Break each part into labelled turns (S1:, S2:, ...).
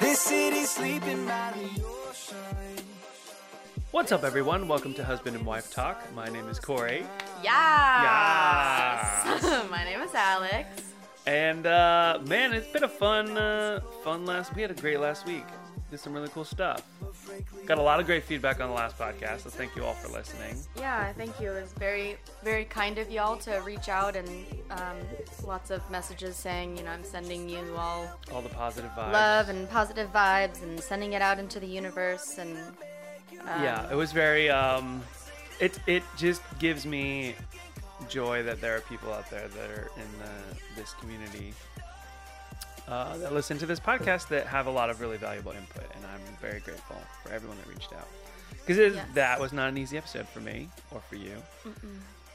S1: This city's sleeping by the ocean.
S2: What's up, everyone? Welcome to Husband and Wife Talk. My name is Corey,
S3: Yeah. My name is Alex.
S2: and uh, man, it's been a fun, uh, fun last. We had a great last week. Did some really cool stuff. Got a lot of great feedback on the last podcast, so thank you all for listening.
S3: Yeah, thank you. It was very, very kind of y'all to reach out and um, lots of messages saying, you know, I'm sending you all
S2: All the positive vibes.
S3: love and positive vibes and sending it out into the universe and
S2: yeah, it was very. Um, it it just gives me joy that there are people out there that are in the, this community uh, that listen to this podcast that have a lot of really valuable input, and I'm very grateful for everyone that reached out because
S3: Yes.
S2: that was not an easy episode for me or for you.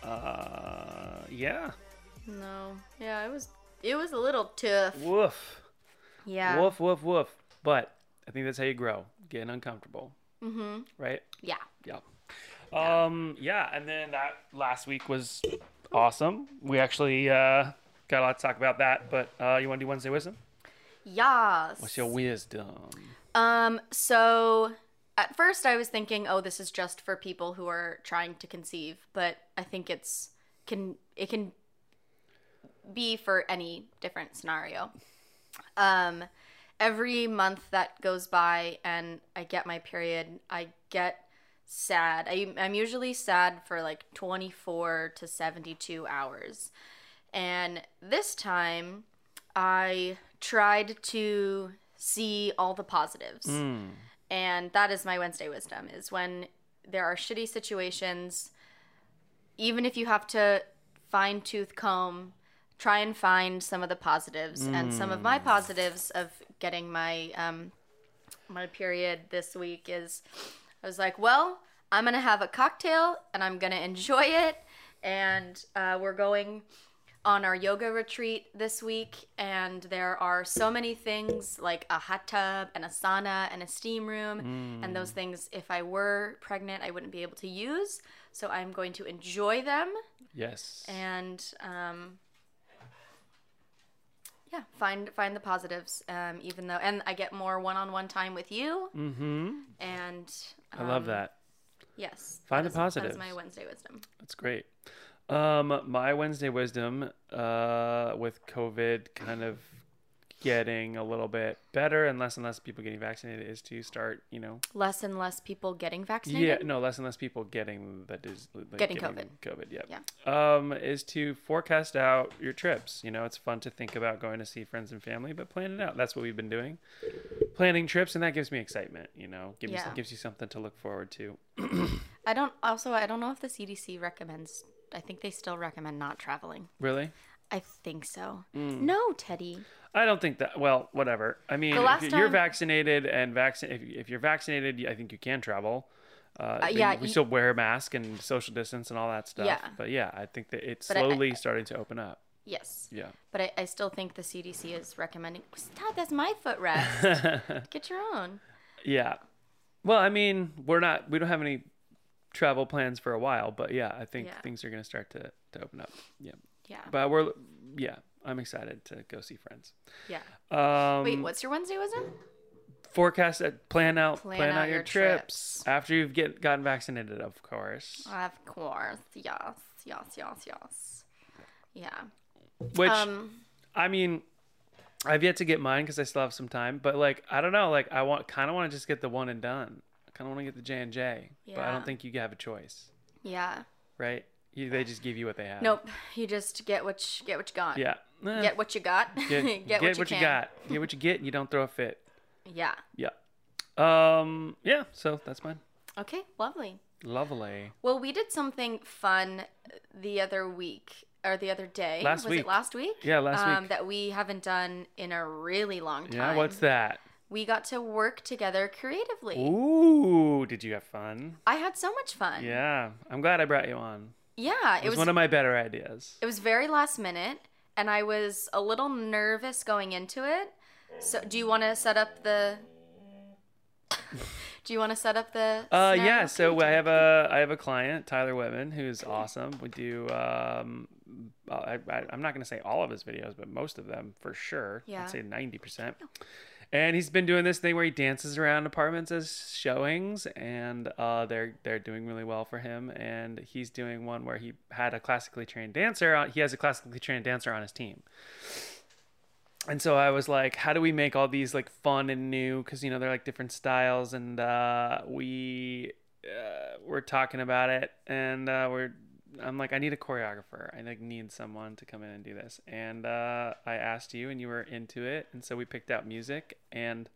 S2: Uh, yeah,
S3: no, yeah, it was, it was a little tough.
S2: woof,
S3: Yeah.
S2: woof, woof, woof. But I think that's how you grow, getting uncomfortable, mm-hmm. right?
S3: Yeah.
S2: Yeah. Um, yeah, and then that last week was awesome. We actually uh, got a lot to talk about that, but uh, you want to do Wednesday Wisdom?
S3: Yes.
S2: What's your wisdom?
S3: Um, so at first I was thinking, oh, this is just for people who are trying to conceive, but I think it's can it can be for any different scenario. Um every month that goes by and I get my period, I get sad. I, I'm usually sad for like 24 to 72 hours. And this time I tried to see all the positives. And that is my Wednesday wisdom is when there are shitty situations, even if you have to fine tooth comb, try and find some of the positives. And some of my positives of getting my um, my period this week is I was like, well, I'm gonna have a cocktail and I'm gonna enjoy it. And uh, we're going on our yoga retreat this week, and there are so many things like a hot tub and a sauna and a steam room. And
S2: Mm.
S3: those things, if I were pregnant, I wouldn't be able to use. So I'm going to enjoy them
S2: Yes.
S3: and um, yeah, find find the positives. Um, even though, and I get more one on one time with you. Mm-hmm. And
S2: I love
S3: um,
S2: that.
S3: Yes,
S2: Find
S3: that
S2: the
S3: is- that is
S2: positives.
S3: my Wednesday wisdom.
S2: That's great. Um, my Wednesday wisdom, uh, with COVID kind of getting a little bit better and less and less people getting vaccinated, is to start, you know,
S3: Less and less people getting vaccinated.
S2: yeah, no, less and less people getting that is like,
S3: Getting
S2: COVID, yeah. Um, is to forecast out your trips. You know, it's fun to think about going to see friends and family, but plan it out. That's what we've been doing, planning trips, and that gives me excitement. You know, gives
S3: Yeah.
S2: you, gives you something to look forward to.
S3: I don't. Also, I don't know if the CDC recommends. I think they still recommend not traveling.
S2: Really,
S3: I think so.
S2: Mm.
S3: No, Teddy.
S2: I don't think that. Well, whatever. I mean, if
S3: last
S2: you're, you're
S3: time-
S2: vaccinated and vaccin. If, if you're vaccinated, I think you can travel. Uh, but
S3: yeah,
S2: we
S3: you-
S2: still wear a mask and social distance and all that stuff.
S3: Yeah.
S2: But yeah, I think that it's
S3: I-
S2: slowly starting to open up.
S3: Yes,
S2: Yeah.
S3: but I, I still think the CDC is recommending. Stop. That's my foot rest. Get your own.
S2: Yeah. Well, I mean, we're not we don't have any travel plans for a while, but yeah, I think
S3: Yeah.
S2: things are going to start to to open up. Yeah.
S3: Yeah.
S2: But we're yeah, I'm excited to go see friends.
S3: yeah.
S2: Um
S3: Wait, what's your Wednesday wisdom?
S2: forecast that plan out plan,
S3: Plan
S2: out,
S3: out
S2: your
S3: your
S2: trips.
S3: trips. Uh,
S2: after you've get gotten vaccinated, of course.
S3: Of course, yes, yes, yes, yes. Yeah.
S2: Which
S3: Um.
S2: I mean, I've yet to get mine cuz I still have some time, but like I don't know, like I want kind of want to just get the one and done. I kind of want to get the J&J, but I
S3: Yeah.
S2: don't think you have a choice,
S3: Yeah.
S2: right? You, they just give you what they have.
S3: Nope. You just get what you, get what you got.
S2: Yeah. Eh.
S3: Get what you got.
S2: get, get what, you,
S3: can.
S2: got. Get what you get, and you don't throw a fit.
S3: Yeah.
S2: Yeah. Um. Yeah. So that's mine.
S3: Okay. Lovely.
S2: Lovely.
S3: Well, we did something fun the other week or the other day.
S2: Last
S3: Was
S2: week.
S3: it last week?
S2: Yeah, last
S3: um,
S2: week.
S3: That we haven't done in a really long time.
S2: Yeah. What's that?
S3: We got to work together creatively.
S2: Ooh. Did you have fun?
S3: I had so much fun.
S2: Yeah. I'm glad I brought you on.
S3: Yeah.
S2: It was one of my better ideas.
S3: It was very last minute, and I was a little nervous going into it. So, do you want to set up the? Do you want to set up the?
S2: Uh,
S3: scenario?
S2: yeah.
S3: Can
S2: So
S3: we
S2: I
S3: do-
S2: have a I have a client, Tyler Webben, who's awesome. We do um, I, I, I'm not gonna say all of his videos, but most of them for sure.
S3: Yeah.
S2: I'd say ninety percent. And he's been doing this thing where he dances around apartments as showings, and uh, they're they're doing really well for him. And he's doing one where he had a classically trained dancer. On, he has a classically trained dancer on his team. And so I was like, how do we make all these like fun and new? Because you know they're like different styles, and uh, we uh, we're talking about it, and uh, we're I'm like, I need a choreographer. I like need someone to come in and do this. And uh, I asked you, and you were into it, and so we picked out music, and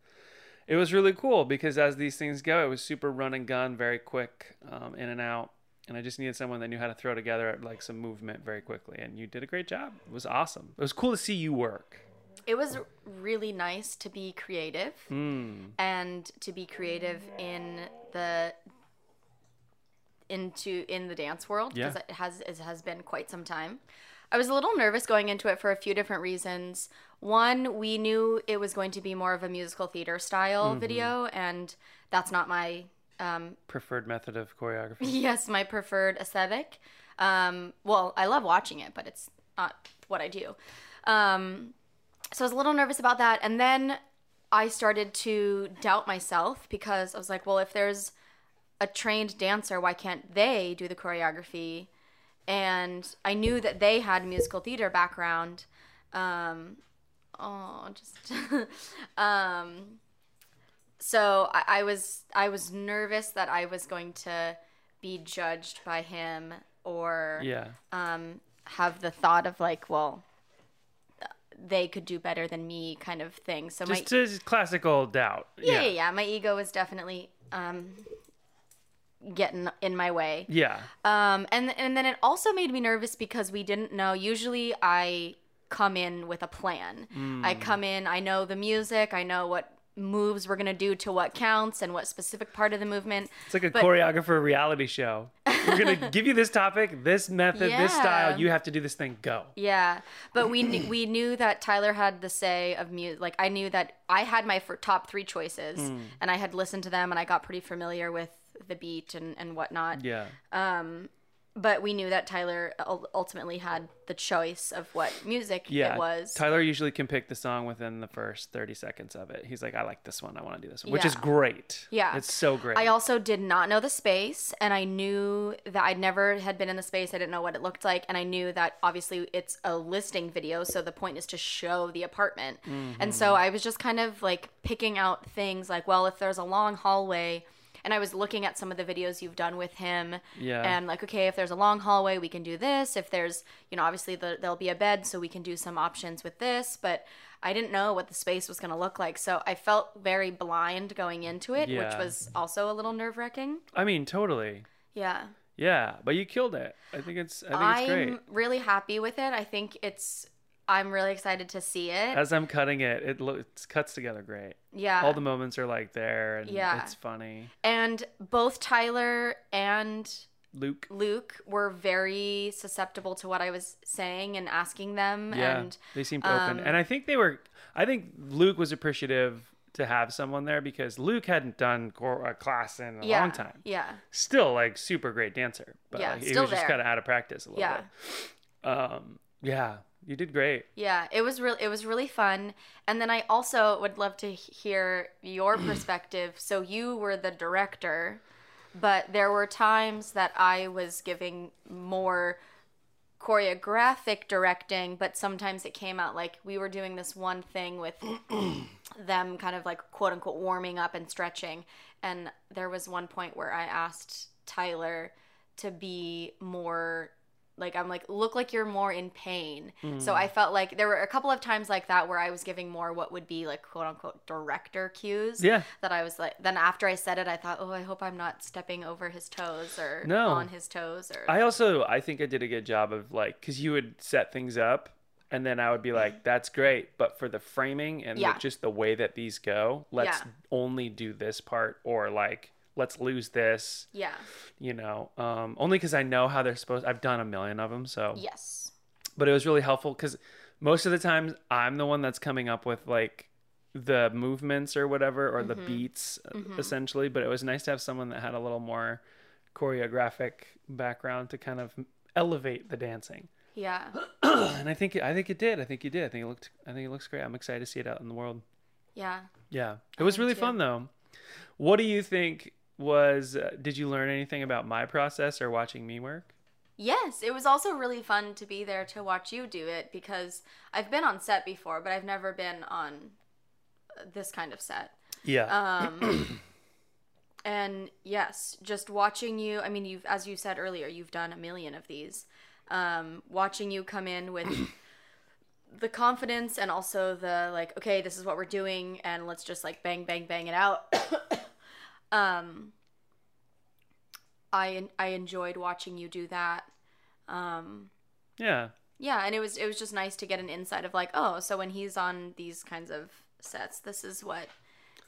S2: it was really cool because as these things go, it was super run and gun, very quick, um, in and out. And I just needed someone that knew how to throw together like some movement very quickly. And you did a great job. It was awesome. It was cool to see you work.
S3: It was really nice to be creative Hmm. and to be creative in the into in the dance world because
S2: Yeah.
S3: it has it has been quite some time. I was a little nervous going into it for a few different reasons. One, we knew it was going to be more of a musical theater style video, and that's not my
S2: Preferred method of choreography.
S3: yes my preferred aesthetic. Um, well, I love watching it, but it's not what I do. Um, so I was a little nervous about that, and then I started to doubt myself because I was like, well, if there's a trained dancer, why can't they do the choreography? And I knew that they had musical theater background. Um, oh, just um, so I, I was I was nervous that I was going to be judged by him or
S2: Yeah.
S3: have the thought of like, well, they could do better than me, kind of thing. So my
S2: Just, just classical doubt.
S3: yeah, yeah, yeah. My ego was definitely um, getting in my way.
S2: Yeah.
S3: Um, and and then it also made me nervous because we didn't know. Usually, I come in with a plan. I come in. I know the music. I know what moves we're gonna do to what counts and what specific part of the movement.
S2: It's like a
S3: But-
S2: choreographer reality show. We're gonna give you this topic, this method, this
S3: Yeah.
S2: style. You have to do this thing. Go.
S3: Yeah, but we knew, we knew that Tyler had the say of music. Like I knew that I had my fir- top three choices,
S2: Hmm.
S3: and I had listened to them, and I got pretty familiar with the beat and and whatnot.
S2: Yeah.
S3: But we knew that Tyler ul- ultimately had the choice of what music
S2: Yeah.
S3: it was.
S2: Tyler usually can pick the song within the first 30 seconds of it. He's like, I like this one. I want to do this one, which is
S3: Yeah.
S2: great.
S3: Yeah.
S2: It's so great.
S3: I also did not know the space, and I knew that I'd never had been in the space. I didn't know what it looked like, and I knew that obviously it's a listing video, so the point is to show the apartment. And so I was just kind of like picking out things like, well, if there's a long hallway, and I was looking at some of the videos you've done with him,
S2: Yeah.
S3: and like, okay, if there's a long hallway, we can do this. If there's, you know, obviously the, there'll be a bed, so we can do some options with this, but. I didn't know what the space was going to look like, so I felt very blind going into it, which
S2: Yeah.
S3: was it's also a little nerve wracking.
S2: I mean, totally.
S3: Yeah.
S2: Yeah. But you killed it. I think it's, I think
S3: I'm
S2: it's great.
S3: really happy with it. I think it's, I'm really excited to see it.
S2: As I'm cutting it, it, lo- it cuts together great.
S3: yeah.
S2: All the moments are like there and
S3: Yeah.
S2: it's funny.
S3: and both Tyler and
S2: Luke.
S3: Luke were very susceptible to what I was saying and asking them.
S2: Yeah,
S3: And um,
S2: they seemed open, and I think they were. I think Luke was appreciative to have someone there because Luke hadn't done cor- a class in a
S3: yeah.
S2: long time.
S3: Yeah.
S2: Still, like super great dancer, but
S3: Yeah,
S2: like, he
S3: still
S2: was just
S3: there.
S2: kind of out of practice a little
S3: Yeah.
S2: bit. Um, yeah, you did great.
S3: Yeah, it was real. It was really fun. And then I also would love to h- hear your perspective. so you were the director, but there were times that I was giving more choreographic directing, but sometimes it came out like we were doing this one thing with them kind of like quote unquote warming up and stretching. And there was one point where I asked Tyler to be more like I'm like look like you're more in pain.
S2: Mm.
S3: So I felt like there were a couple of times like that where I was giving more what would be like quote unquote director cues.
S2: Yeah.
S3: That I was like then after I said it I thought, "Oh, I hope I'm not stepping over his toes or
S2: No.
S3: on his toes or
S2: I also I think I did a good job of like because you would set things up. And then I would be like, "That's great, but for the framing and
S3: Mm. Yeah.
S2: like just the way that these go, let's
S3: Yeah.
S2: only do this part, or like let's lose this,
S3: Yeah.
S2: you know um only because i know how they're supposed i've done a million of them so
S3: Yes.
S2: but it was really helpful because most of the times i'm the one that's coming up with like the movements or whatever or the beats uh, essentially but it was nice to have someone that had a little more choreographic background to kind of elevate the dancing
S3: Yeah.
S2: and i think i think it did i think you did i think it looked i think it looks great i'm excited to see it out in the world
S3: Yeah.
S2: yeah it was
S3: am
S2: really
S3: too.
S2: fun though what do you think was uh, did you learn anything about my process or watching me work
S3: Yes, it was also really fun to be there to watch you do it because I've been on set before, but I've never been on this kind of set.
S2: yeah
S3: Um, and yes, just watching you. I mean, you've as you said earlier, you've done a million of these. Um, watching you come in with the confidence and also the like, okay, this is what we're doing, and let's just like bang, bang, bang it out. um, I I enjoyed watching you do that. Um,
S2: yeah
S3: yeah, and it was it was just nice to get an insight of like, oh, so when he's on these kinds of sets, this is what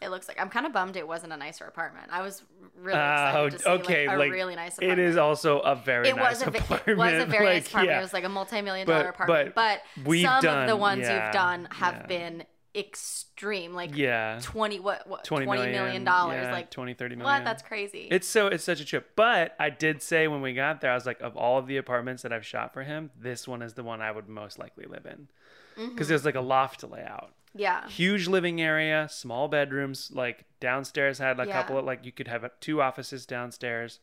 S3: it looks like. I'm kind of bummed it wasn't a nicer apartment. I was really excited
S2: Oh,
S3: to see
S2: okay,
S3: like, a
S2: like,
S3: really nice
S2: it
S3: apartment.
S2: is also a very
S3: It
S2: nice
S3: was a ve-
S2: apartment
S3: it was a very
S2: like,
S3: nice apartment.
S2: yeah.
S3: It was like a multi-million
S2: But-
S3: dollar apartment. But,
S2: but we've
S3: some of the
S2: done-
S3: ones
S2: yeah,
S3: you've done have
S2: yeah.
S3: been extreme, like
S2: yeah
S3: twenty what what
S2: 20
S3: twenty million dollars,
S2: yeah,
S3: like
S2: 20 30 million
S3: what? That's crazy.
S2: It's so it's such a trip. But I did say when we got there, I was like, of all of the apartments that I've shot for him, this one is the one I would most likely live in
S3: Mm-hmm.
S2: because there's like a loft to lay out,
S3: yeah,
S2: huge living area, small bedrooms. Like downstairs had a
S3: Yeah.
S2: couple of like you could have two offices downstairs,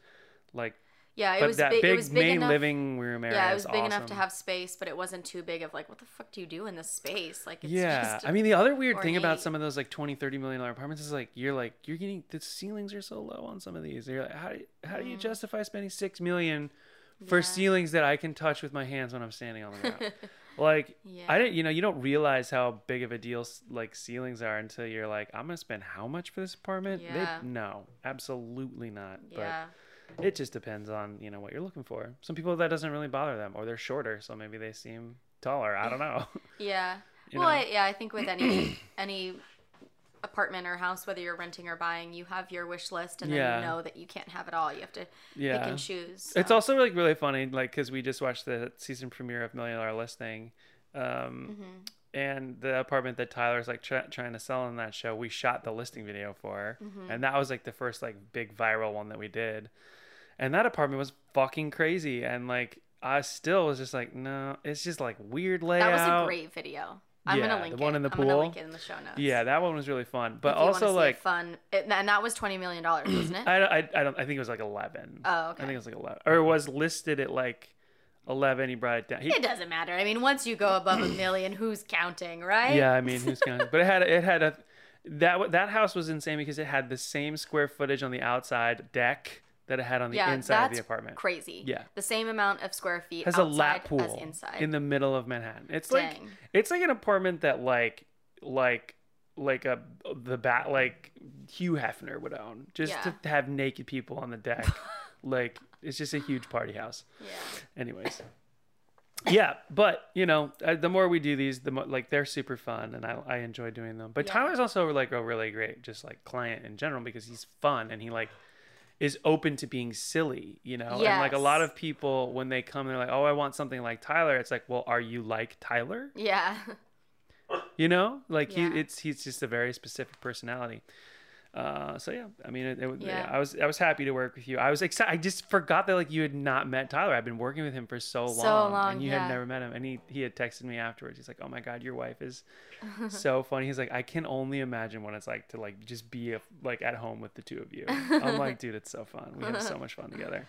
S2: like
S3: yeah. It
S2: but
S3: was
S2: that
S3: big.
S2: big,
S3: it was big
S2: main
S3: enough.
S2: living room area.
S3: Yeah, it
S2: is
S3: was big enough to
S2: awesome.
S3: have space, but it wasn't too big of like, what the fuck do you do in this space? Like, it's
S2: Yeah,
S3: just
S2: I mean the other weird thing about
S3: ornate.
S2: some of those like 20 30 million dollar apartments is like you're like you're getting the ceilings are so low on some of these. You're like how do you, how do you justify spending 6 million for
S3: Mm. Yeah.
S2: ceilings that I can touch with my hands when I'm standing on the ground? like
S3: Yeah.
S2: I didn't you know you don't realize how big of a deal s- like ceilings are until you're like I'm going to spend how much for this apartment? They-
S3: Yeah.
S2: no, absolutely not.
S3: yeah,
S2: But it just depends on, you know, what you're looking for. Some people that doesn't really bother them or they're shorter, so maybe they seem taller. I don't know.
S3: yeah.
S2: you
S3: Well,
S2: know.
S3: I, yeah, I think with any any apartment or house, whether you're renting or buying, you have your wish list, and
S2: Yeah.
S3: then you know that you can't have it all. You have to
S2: yeah.
S3: pick and choose.
S2: It's
S3: so.
S2: also like really funny, like because we just watched the season premiere of Million Dollar Listing, um,
S3: Mm-hmm.
S2: and the apartment that Tyler's like try trying to sell in that show. We shot the listing video for,
S3: Mm-hmm.
S2: and that was like the first like big viral one that we did, and that apartment was fucking crazy, and like I still was just like, no, it's just like weird layout.
S3: that was a great video. I'm
S2: Yeah,
S3: gonna link
S2: the one
S3: it.
S2: in the
S3: I'm gonna link
S2: pool.
S3: it in the show notes.
S2: Yeah, that one was really fun, but
S3: If you wanna
S2: also
S3: see a
S2: like
S3: fun, it, and that was twenty million dollars, wasn't it?
S2: I, don't- I, I don't I think it was like eleven.
S3: Oh,
S2: I think
S3: okay.
S2: it was like eleven, or it was listed at like eleven. He brought it down. He,
S3: it doesn't matter. I mean, once you go above a million, who's counting, right?
S2: Yeah, I mean, who's gonna? But it had it had a that w- that house was insane because it had the same square footage on the outside deck that it had on the
S3: yeah,
S2: inside of
S3: that's
S2: the apartment.
S3: Crazy.
S2: Yeah.
S3: The same amount of square feet
S2: Has a
S3: outside
S2: lap pool
S3: as inside.
S2: in the middle of Manhattan. It's like
S3: Dang.
S2: it's like an apartment that like like like a the bat like Hugh Hefner would own just
S3: Yeah.
S2: to have naked people on the deck. like it's just a huge party house.
S3: yeah.
S2: anyways yeah but you know uh, the more we do these the more like they're super fun and i, I enjoy doing them but
S3: Yeah.
S2: tyler's also like a really great just like client in general because he's fun and he like is open to being silly you know and like a lot
S3: Yes.
S2: of people when they come they're like oh i want something like tyler it's like well are you like tyler
S3: Yeah.
S2: you know like
S3: Yeah.
S2: he it's he's just a very specific personality uh so yeah i mean it, it, was-
S3: Yeah.
S2: i was i was happy to work with you i was excited i just forgot that like you had not met tyler i've been working with him for so long,
S3: So long,
S2: and you had
S3: yeah.
S2: never met him and he he had texted me afterwards he's like oh my god your wife is so funny he's like i can only imagine what it's like to like just be a, like at home with the two of you i'm like dude it's so fun we have so much fun together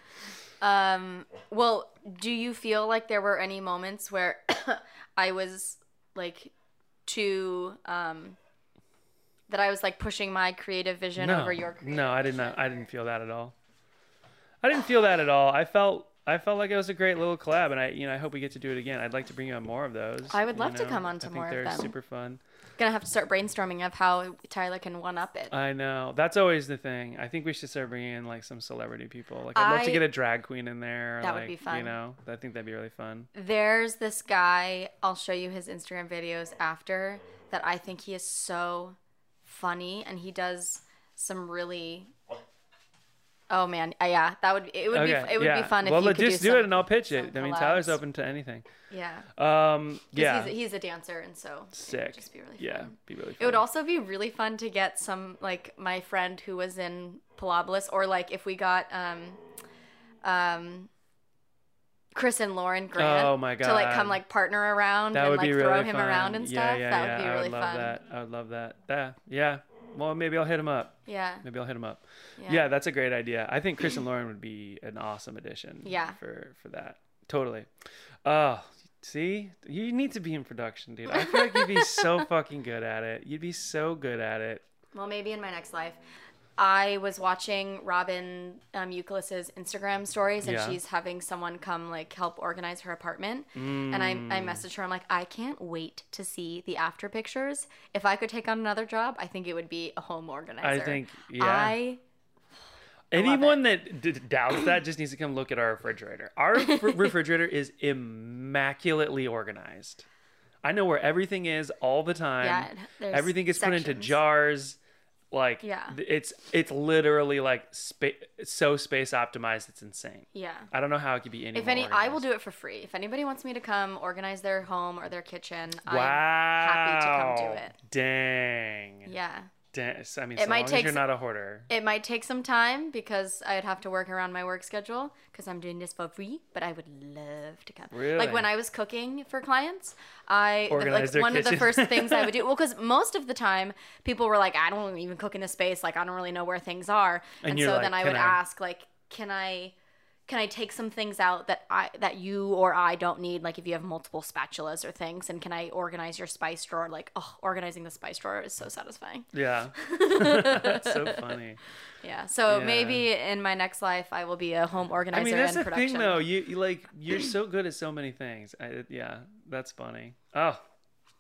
S3: Um, well, do you feel like there were any moments where I was like too um that I was like pushing my creative vision
S2: no,
S3: over your creative
S2: no i did not i didn't feel that at all i didn't feel that at all i felt i felt like it was a great little collab and i you know i hope we get to do it again i'd like to bring you on more of those
S3: I would
S2: you
S3: love to
S2: know.
S3: come on to
S2: I think
S3: more of
S2: they're
S3: them.
S2: super fun
S3: Gonna have to start brainstorming of how Tyler can one up it.
S2: i know that's always the thing i think we should start bringing in like some celebrity people like i'd love to
S3: I-
S2: get a drag queen in there
S3: That would
S2: like,
S3: be fun.
S2: you know i think that'd be really fun
S3: There's this guy, I'll show you his Instagram videos after, that I think he is so funny and he does some really Oh man, uh, yeah, that would it would be it would
S2: yeah.
S3: be fun if
S2: well,
S3: you
S2: let-
S3: could do,
S2: just do, it
S3: some-
S2: and I'll pitch
S3: some
S2: it. I mean,
S3: collabs.
S2: Tyler's open to anything.
S3: Yeah, 'Cause
S2: Um, yeah,
S3: He's, a- he's a dancer, and so it
S2: sick.
S3: would just be really
S2: yeah,
S3: fun.
S2: be really. Fun.
S3: It would also be really fun to get some like my friend who was in Palabolas, or like if we got um, um, Chris and Lauren Grant
S2: Oh my
S3: to like
S2: God.
S3: come like partner around
S2: that
S3: and
S2: would
S3: like
S2: be
S3: throw
S2: really
S3: him
S2: fun.
S3: around and
S2: Yeah,
S3: stuff.
S2: yeah,
S3: that
S2: yeah.
S3: would be
S2: I
S3: really
S2: would love
S3: fun.
S2: That. I would love that. Yeah, yeah. Well, maybe I'll hit him up.
S3: Yeah.
S2: Maybe I'll hit him up.
S3: Yeah.
S2: Yeah. that's a great idea. I think Chris and Lauren would be an awesome addition.
S3: Yeah.
S2: For for that, totally. Oh, see, you need to be in production, dude. I feel like you'd be so fucking good at it. You'd be so good at it.
S3: Well, maybe in my next life. I was watching Robin um, Euclid's Instagram stories, and
S2: Yeah.
S3: she's having someone come like help organize her apartment. And I, I
S2: Mm.
S3: messaged her. I'm like, I can't wait to see the after pictures. If I could take on another job, I think it would be a home organizer.
S2: I think yeah.
S3: I love
S2: Anyone that d- doubts that just needs to come look at our refrigerator. Our fr- refrigerator is immaculately organized. I know where everything is all the time.
S3: Yeah, it- there's
S2: everything gets put into
S3: sections.
S2: jars. Like
S3: Yeah.
S2: th- it's it's literally like spa- so space optimized. It's insane.
S3: yeah.
S2: I don't know how it could be any.
S3: If
S2: more
S3: any, I will
S2: organized.
S3: do it for free. If anybody wants me to come organize their home or their kitchen,
S2: Wow.
S3: I'm happy to come do it.
S2: Dang.
S3: Yeah.
S2: Dang. So, I mean,
S3: It
S2: so
S3: might
S2: long as
S3: take
S2: you're
S3: s-
S2: not a hoarder.
S3: It might take some time because I'd have to work around my work schedule because I'm doing this for free. But I would love to come.
S2: Really?
S3: Like when I was cooking for clients, I the-
S2: Organize
S3: like
S2: their
S3: one of the
S2: kitchen.
S3: first things I would do. Well, because most of the time people were like, "I don't even cook in this space. Like I don't really know where things are."
S2: And
S3: And,
S2: you're
S3: so
S2: like,
S3: then I
S2: "Can
S3: would
S2: I-"
S3: ask, like, "Can I?" Can I take some things out that I that you or I don't need? Like if you have multiple spatulas or things, and can I organize your spice drawer? Like, oh, organizing the spice drawer is so satisfying.
S2: Yeah. That's so funny.
S3: Yeah. So
S2: Yeah.
S3: maybe in my next life, I will be a home organizer
S2: I mean, that's the
S3: and production.
S2: thing, though. You, you like you're so good at so many things. I, yeah, that's funny. Oh,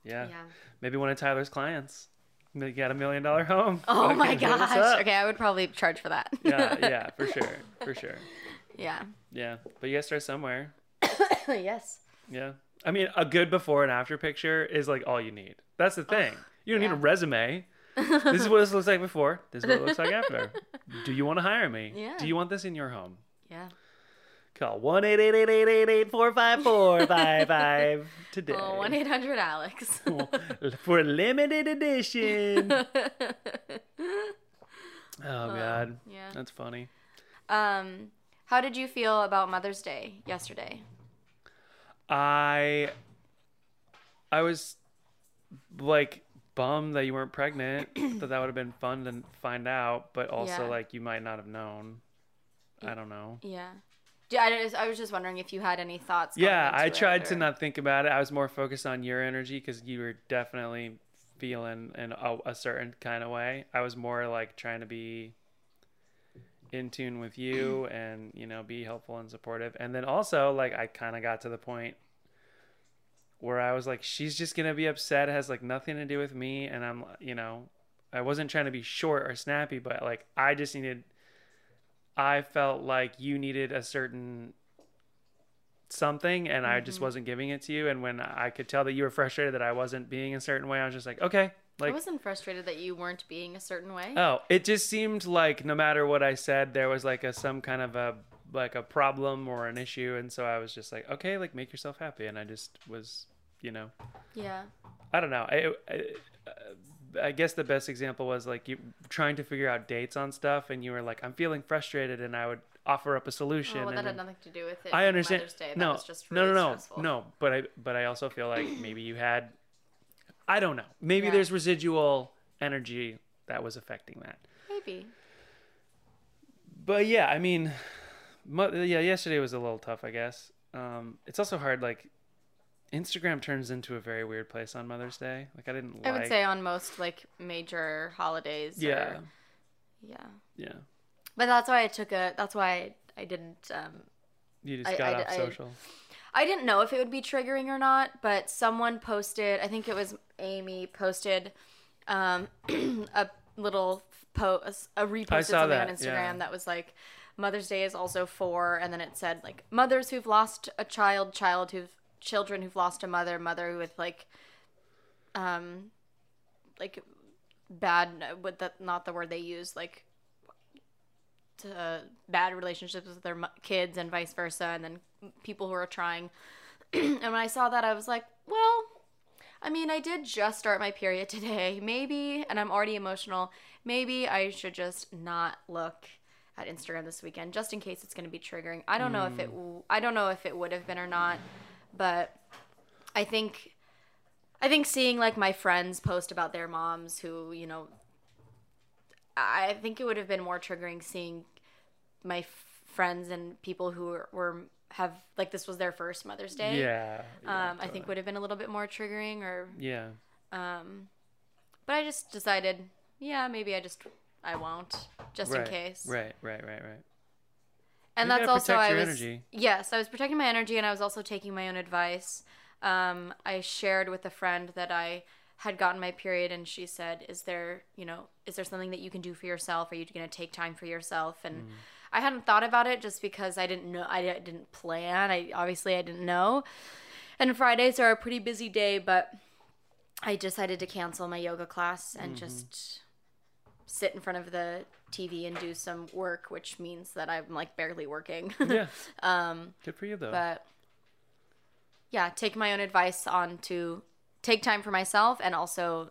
S2: yeah.
S3: Yeah.
S2: Maybe one of Tyler's clients. You got a million dollar home.
S3: Oh
S2: Fucking
S3: my
S2: hit us
S3: gosh.
S2: up.
S3: Okay, I would probably charge for that.
S2: yeah, yeah, for sure, for sure.
S3: yeah.
S2: Yeah, but you got to start somewhere.
S3: yes.
S2: Yeah. I mean, a good before and after picture is like all you need. That's the thing. you don't need a
S3: yeah.
S2: resume. this is what this looks like before. This is what it looks like after. Do you want to hire me?
S3: Yeah.
S2: Do you want this in your home?
S3: Yeah.
S2: Call one eight eight eight eight eight eight four five four five five today.
S3: Oh, 1 800 Alex.
S2: for limited edition. oh god,
S3: Oh, yeah.
S2: that's funny.
S3: um, how did you feel about Mother's Day yesterday?
S2: I I was like bummed that you weren't pregnant. that that would have been fun to find out, but also
S3: Yeah.
S2: like you might not have known. I don't know.
S3: Yeah. Do- I, just- I was just wondering if you had any thoughts. going
S2: Yeah,
S3: into
S2: I
S3: it,
S2: tried to
S3: or-
S2: not think about it. I was more focused on your energy because you were definitely feeling in a, a certain kind of way. I was more like trying to be in tune with you and you know be helpful and supportive. And then also like I kind of got to the point where I was like, she's just gonna be upset. It has like nothing to do with me. And I'm you know I wasn't trying to be short or snappy, but like I just needed. I felt like you needed a certain something and I just wasn't giving it to you. And when I could tell that you were frustrated that I wasn't being a certain way, I was just like, okay,
S3: I
S2: like,
S3: wasn't frustrated that you weren't being a certain way.
S2: oh, it just seemed like no matter what I said, there was like a some kind of a like a problem or an issue. And so I was just like, okay, like make yourself happy. And I just was, you know,
S3: yeah.
S2: I don't know. I, I, I guess the best example was like you trying to figure out dates on stuff, and you were like, "I'm feeling frustrated," and I would offer up a solution.
S3: Oh, well,
S2: and
S3: that
S2: then-
S3: had nothing to do with it.
S2: I
S3: being
S2: understand.
S3: Mother's Day. That
S2: No,
S3: was just really
S2: no, no, no,
S3: stressful.
S2: no. But I, but I also feel like maybe you had, I don't know. Maybe
S3: Yeah.
S2: there's residual energy that was affecting that.
S3: Maybe.
S2: But yeah, I mean, mo- yeah, yesterday was a little tough, I guess. Um, it's also hard. Like, Instagram turns into a very weird place on Mother's Day. Like, I didn't.
S3: I
S2: like,
S3: would say on most like major holidays. or-
S2: Yeah,
S3: yeah.
S2: yeah.
S3: But that's why I took a. That's why I didn't. Um,
S2: You just
S3: I-
S2: got
S3: I-
S2: off
S3: I-
S2: social.
S3: I didn't know if it would be triggering or not. But someone posted. I think it was Amy posted um, a little post, a reposted
S2: saw
S3: something
S2: that,
S3: on Instagram
S2: yeah.
S3: that was like. Mother's Day is also for, and then it said like mothers who've lost a child, child who've children who've lost a mother, mother with like, um, like bad, with that not the word they use, like to bad relationships with their mu- kids and vice versa, and then people who are trying. and when I saw that, I was like, well, I mean, I did just start my period today. Maybe, and I'm already emotional, maybe I should just not look at Instagram this weekend just in case it's going to be triggering. I don't know if it w- I don't know if it would have been or not, but I think I think seeing like my friends post about their moms who, you know, I think it would have been more triggering seeing my f- friends and people who were, were have like this was their first Mother's Day
S2: Yeah. yeah,
S3: um, I
S2: totally.
S3: think would have been a little bit more triggering or
S2: Yeah.
S3: um but I just decided yeah maybe I just I won't just
S2: right.
S3: in case
S2: Right. Right. Right. Right.
S3: and
S2: You
S3: that's
S2: gotta
S3: also
S2: protect
S3: I
S2: your
S3: was
S2: energy.
S3: yes I was protecting my energy and I was also taking my own advice um I shared with a friend that I had gotten my period and she said is there you know is there something that you can do for yourself are you going to take time for yourself and
S2: Mm.
S3: I hadn't thought about it just because I didn't know I didn't plan I obviously I didn't know and Fridays are a pretty busy day, but I decided to cancel my yoga class and
S2: Mm-hmm.
S3: just sit in front of the TV and do some work, which means that I'm like barely working.
S2: Yeah. um. Good for you though.
S3: but yeah, take my own advice on to take time for myself and also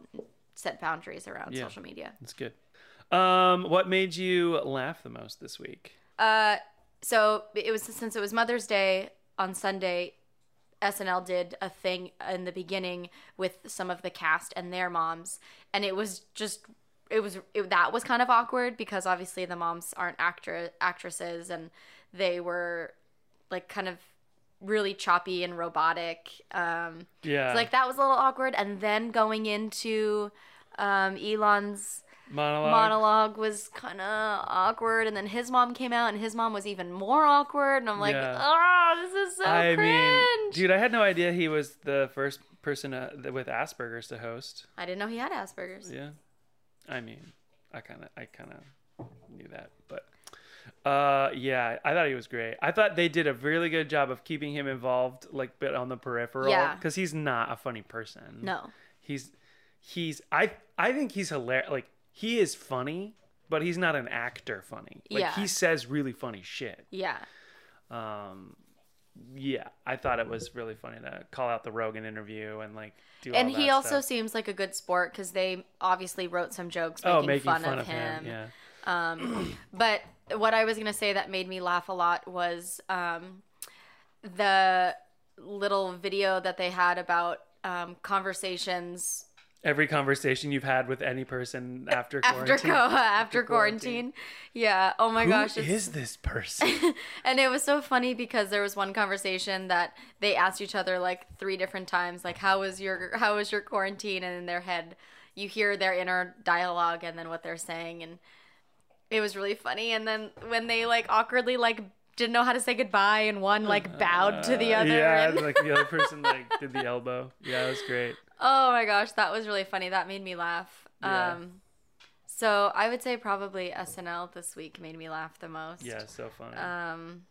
S3: set boundaries around
S2: Yeah.
S3: social media.
S2: That's good. Um. What made you laugh the most this week?
S3: Uh, so it was since it was Mother's Day on Sunday. SNL did a thing in the beginning with some of the cast and their moms, and it was just it was it, that was kind of awkward because obviously the moms aren't actor actresses and they were like kind of really choppy and robotic. Um,
S2: Yeah.
S3: so, like that was a little awkward, and then going into um, Elon's
S2: monologue.
S3: monologue was kind of awkward and then his mom came out and his mom was even more awkward and i'm like
S2: Yeah.
S3: oh this is so
S2: I mean,
S3: cringe
S2: dude, I had no idea he was the first person uh, th- with Asperger's to host.
S3: i didn't know he had asperger's
S2: Yeah. I mean, I kind of I kind of knew that, but uh yeah, I thought he was great. I thought they did a really good job of keeping him involved like bit on the peripheral
S3: Yeah.
S2: cuz he's not a funny person.
S3: no
S2: He's he's I I think he's hilarious. Like he is funny, but he's not an actor funny. Like
S3: Yeah.
S2: he says really funny shit.
S3: yeah
S2: Um yeah, I thought it was really funny to call out the Rogan interview and like do
S3: and
S2: all
S3: he
S2: that
S3: also
S2: stuff.
S3: seems like a good sport because they obviously wrote some jokes making,
S2: oh making
S3: fun,
S2: fun
S3: of, him,
S2: Yeah.
S3: but what i was going to say that made me laugh a lot was um, the little video that they had about um, conversations
S2: every conversation you've had with any person after
S3: after
S2: quarantine.
S3: co- after quarantine. yeah oh my
S2: Who
S3: gosh it's
S2: is this person?
S3: And it was so funny because there was one conversation that they asked each other like three different times, like how was your how was your quarantine? And in their head, you hear their inner dialogue and then what they're saying, and it was really funny. And then when they like awkwardly like didn't know how to say goodbye, and one like bowed to the
S2: Uh,
S3: other.
S2: yeah,
S3: and-
S2: like the other person like did the elbow. Yeah, it was great.
S3: oh my gosh, that was really funny. That made me laugh.
S2: Yeah.
S3: Um, so I would say probably SNL this week made me laugh the most.
S2: Yeah, so funny.
S3: Um,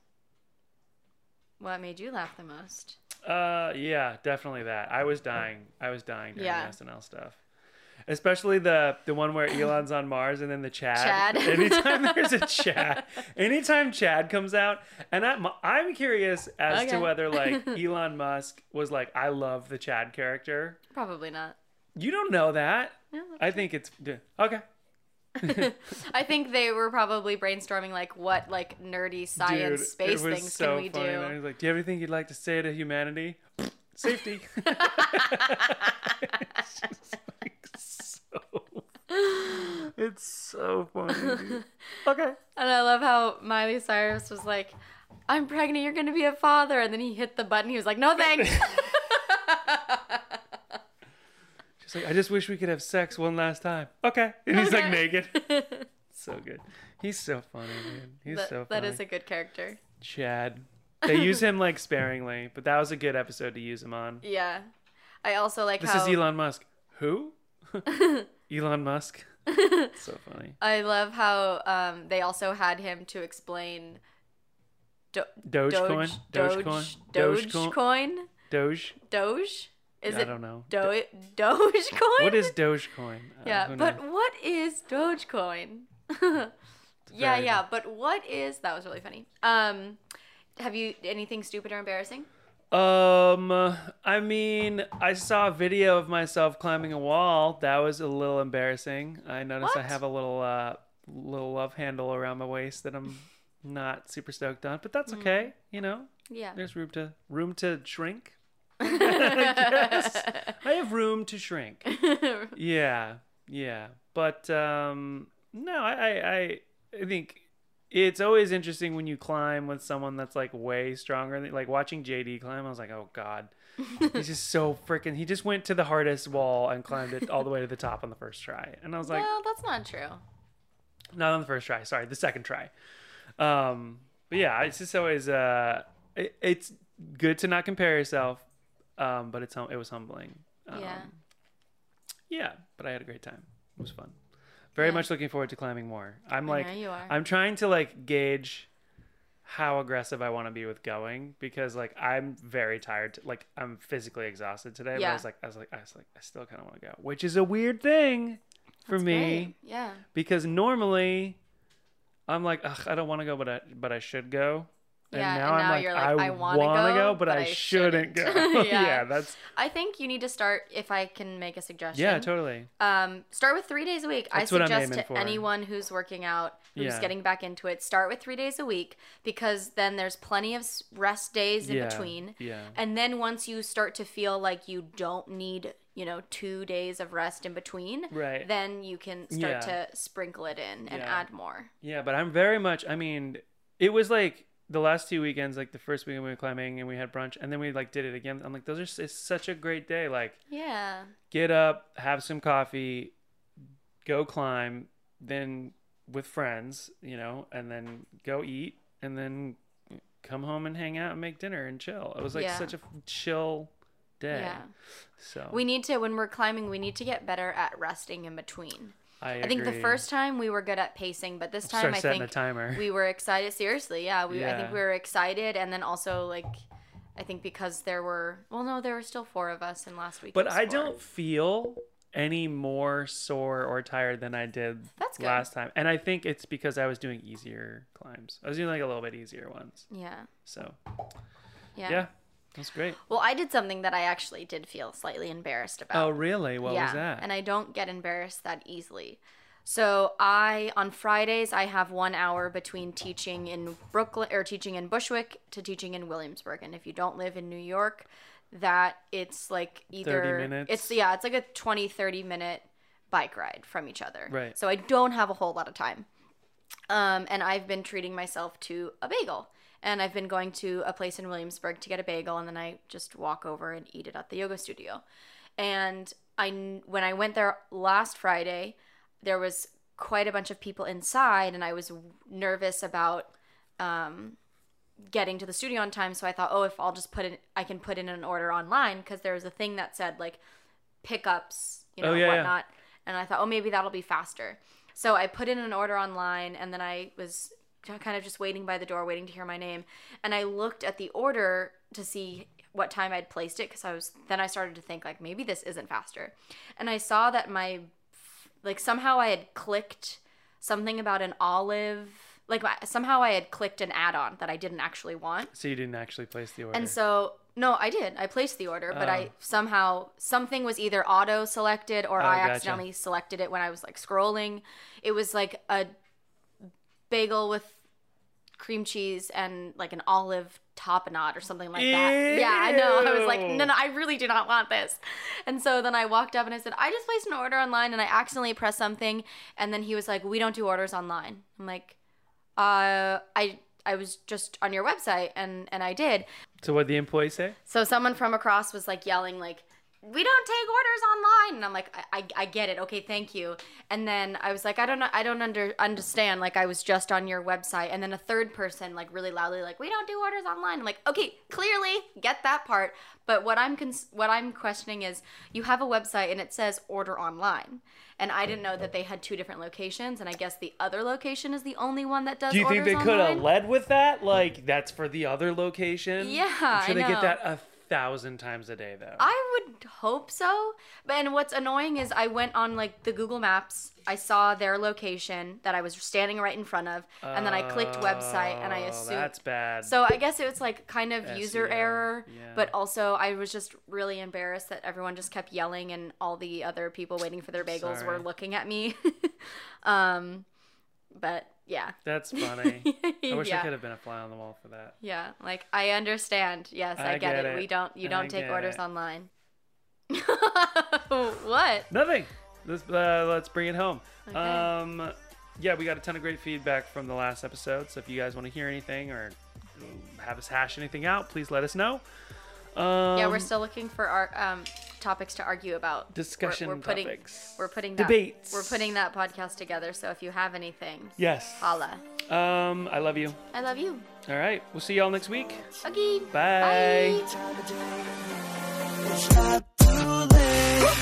S3: what made you laugh the most?
S2: Uh, yeah, definitely that. I was dying. I was dying during
S3: Yeah.
S2: the SNL stuff. Especially the the one where Elon's on Mars and then the Chad.
S3: Chad.
S2: anytime there's a Chad, anytime Chad comes out, and I'm I'm curious as
S3: Okay.
S2: to whether like Elon Musk was like, I love the Chad character.
S3: Probably not.
S2: You don't know that.
S3: No,
S2: I think it's d- okay.
S3: I think they were probably brainstorming like what like nerdy science
S2: Dude, it
S3: space
S2: was
S3: things
S2: so
S3: can we
S2: funny. And
S3: do.
S2: he's like, "Do you have anything you'd like to say to humanity?" Safety. it's just like so. It's so funny. dude. Okay.
S3: And I love how Miley Cyrus was like, "I'm pregnant. You're gonna be a father." And then he hit the button. He was like, "No thanks."
S2: She's like, "I just wish we could have sex one last time." Okay. And he's like
S3: Okay.
S2: naked. so good. He's so funny, man. He's
S3: That-
S2: so funny.
S3: that is a good character.
S2: Chad. They use him like sparingly, but that was a good episode to use him on.
S3: Yeah. I also like
S2: This
S3: how
S2: is Elon Musk. Who? Elon Musk. so funny.
S3: I love how um, they also had him to explain do-
S2: Dogecoin.
S3: Doge,
S2: Dogecoin.
S3: Doge,
S2: Dogecoin.
S3: Dogecoin,
S2: Doge.
S3: Doge. Is
S2: I
S3: it
S2: don't know.
S3: Do- Dogecoin?
S2: What is Dogecoin? Uh,
S3: Yeah,
S2: who
S3: but
S2: knows?
S3: what is Dogecoin? yeah,
S2: Very
S3: yeah. But what is that was really funny. Um, have you anything stupid or embarrassing?
S2: Um, I mean, I saw a video of myself climbing a wall. That was a little embarrassing. I noticed I
S3: What?
S2: have a little uh little love handle around my waist that I'm not super stoked on, but
S3: Hmm.
S2: that's okay. You know,
S3: Yeah.
S2: there's room to room to shrink. I guess I have room to shrink. Yeah, yeah. But um, no, I, I, I- I think it's always interesting when you climb with someone that's like way stronger. Than, like watching JD climb, I was like, oh god, he's just so freaking. He just went to the hardest wall and climbed it all the way to the top on the first try, and I was like,
S3: well, that's not true.
S2: not on the first try. Sorry, the second try. Um, but yeah, it's just always uh, it, it's good to not compare yourself, um, but it's hum- it was humbling. Um,
S3: yeah.
S2: yeah, but I had a great time. It was fun. Very
S3: Yeah.
S2: much looking forward to climbing more. I'm
S3: I
S2: like,
S3: know you are.
S2: I'm trying to like gauge how aggressive I want to be with going because like I'm very tired. Like I'm physically exhausted today. But I
S3: Yeah.
S2: was like, I was like, I was like, I still kind of want to go, which is a weird thing for
S3: That's
S2: me
S3: great. Yeah.
S2: because normally I'm like, Ugh, I don't want to go, but I but I should go.
S3: Yeah,
S2: and now
S3: and
S2: I'm
S3: now
S2: like,
S3: you're
S2: I,
S3: like, I
S2: want
S3: wanna
S2: to
S3: go,
S2: go, but, I, shouldn't,
S3: shouldn't.
S2: go.
S3: Yeah.
S2: yeah, that's
S3: I think you need to start. If I can make a suggestion.
S2: yeah, totally.
S3: Um, start with three days a week.
S2: That's
S3: I
S2: what I'm
S3: suggest
S2: aiming
S3: to
S2: for.
S3: anyone who's working out, who's
S2: Yeah.
S3: getting back into it, start with three days a week because then there's plenty of s- rest days in
S2: yeah,
S3: between.
S2: Yeah.
S3: And then once you start to feel like you don't need, you know, two days of rest in between,
S2: Right.
S3: then you can start
S2: Yeah.
S3: to sprinkle it in and
S2: Yeah.
S3: add more.
S2: Yeah, but I'm very much. I mean, it was like the last two weekends, like the first weekend we were climbing and we had brunch, and then we like did it again. I'm like, those are s- it's such a great day. Like,
S3: Yeah.
S2: get up, have some coffee, go climb, then with friends, you know, and then go eat, and then come home and hang out and make dinner and chill. It was like
S3: Yeah.
S2: such a f- chill day.
S3: Yeah.
S2: So
S3: We need to when we're climbing, we need to get better at resting in between.
S2: I,
S3: I think the
S2: agree.
S3: first time we were good at pacing, but this time
S2: start
S3: I
S2: setting
S3: think
S2: a timer.
S3: we were excited seriously yeah we i
S2: Yeah.
S3: think we were excited and then also like i think because there were well no there were still four of us in last week
S2: But
S3: was
S2: I
S3: four.
S2: don't feel any more sore or tired than I did
S3: That's good.
S2: last time. And I think it's because I was doing easier climbs. I was doing like a little bit easier ones.
S3: yeah
S2: So,
S3: yeah
S2: yeah, that's great.
S3: well i did something that i actually did feel slightly embarrassed about
S2: Oh, really? What
S3: Um, yeah
S2: was that?
S3: and i don't get embarrassed that easily so i on fridays i have one hour between teaching in brooklyn or teaching in bushwick to teaching in williamsburg and if you don't live in new york that it's like either
S2: minutes?
S3: it's yeah it's like a 20 30 minute bike ride from each other
S2: Right.
S3: so i don't have a whole lot of time um, and I've been treating myself to a bagel. And I've been going to a place in Williamsburg to get a bagel, and then I just walk over and eat it at the yoga studio. And I, kn- when I went there last Friday, there was quite a bunch of people inside, and I was w- nervous about getting to the studio on time so i thought oh if i'll just put in i can put in an order online because there was a thing that said like pickups you know
S2: Oh, yeah, yeah.
S3: whatnot and i thought oh maybe that'll be faster so i put in an order online and then i was kind of just waiting by the door waiting to hear my name and i looked at the order to see what time i'd placed it because i was then i started to think like maybe this isn't faster and i saw that my like somehow I had clicked something about an olive. Like my, somehow I had clicked an add-on that I didn't actually want.
S2: so you didn't actually place the order. Oh.
S3: And so no, I did. I placed the order, but I somehow something was either auto selected or I
S2: gotcha.
S3: accidentally selected it when I was like scrolling. It was like a bagel with cream cheese and like an olive tapenade or something like that. Yeah, I know. I was like,
S2: Ew.
S3: no, no, I really do not want this. And so then I walked up and I said, I just placed an order online and I accidentally pressed something. And then he was like, we don't do orders online. I'm like, uh, I I was just on your website and and I did.
S2: so what the employee say?
S3: So someone from across was like yelling like we don't take orders online and I'm like I, I, I get it okay thank you and then I was like I don't know I don't under, understand like I was just on your website and then a third person like really loudly like we don't do orders online I'm like okay clearly get that part but what I'm cons- what I'm questioning is you have a website and it says order online and I didn't know that they had two different locations and I guess the other location is the only one that does
S2: Do you think
S3: orders
S2: they could have
S3: online.
S2: led with that? Like that's for the other location.
S3: Yeah,
S2: I'm sure
S3: I
S2: they get
S3: know.
S2: that a thousand times a day though.
S3: I would hope so. But and what's annoying is I went on like the Google Maps. I saw their location that I was standing right in front of, and then I clicked website and I
S2: Oh,
S3: assumed.
S2: that's bad.
S3: So I guess it was like kind of user
S2: SEO,
S3: error,
S2: yeah.
S3: but also I was just really embarrassed that everyone just kept yelling and all the other people waiting for their bagels
S2: Sorry.
S3: were looking at me. um, but yeah.
S2: that's funny. I wish I
S3: Yeah.
S2: could have been a fly on the wall for that.
S3: Yeah, like I understand. Yes, I,
S2: I
S3: get,
S2: get
S3: it.
S2: it.
S3: We don't you
S2: I
S3: don't take
S2: get
S3: orders
S2: it.
S3: online. what?
S2: Nothing. Let's uh, let's bring it home.
S3: Okay.
S2: Um, yeah, we got a ton of great feedback from the last episode. So if you guys want to hear anything or have us hash anything out, please let us know. Um,
S3: yeah, we're still looking for our um, topics to argue about. We're-
S2: discussion
S3: we're, putting,
S2: topics.
S3: We're putting that,
S2: Debates.
S3: We're putting that podcast together. So if you have anything,
S2: yes.
S3: holla.
S2: Um, I love you.
S3: I love you.
S2: All right, we'll see y'all next week.
S3: Okay.
S2: Bye.
S3: Bye.
S1: It's not too late.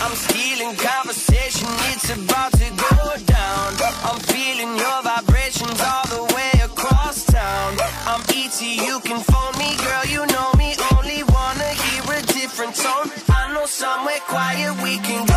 S1: I'm stealing conversation, it's about to go down. I'm feeling your vibrations all the way across town. I'm ET, you can phone me, girl, you know me. Only wanna hear a different tone. I know somewhere quiet we can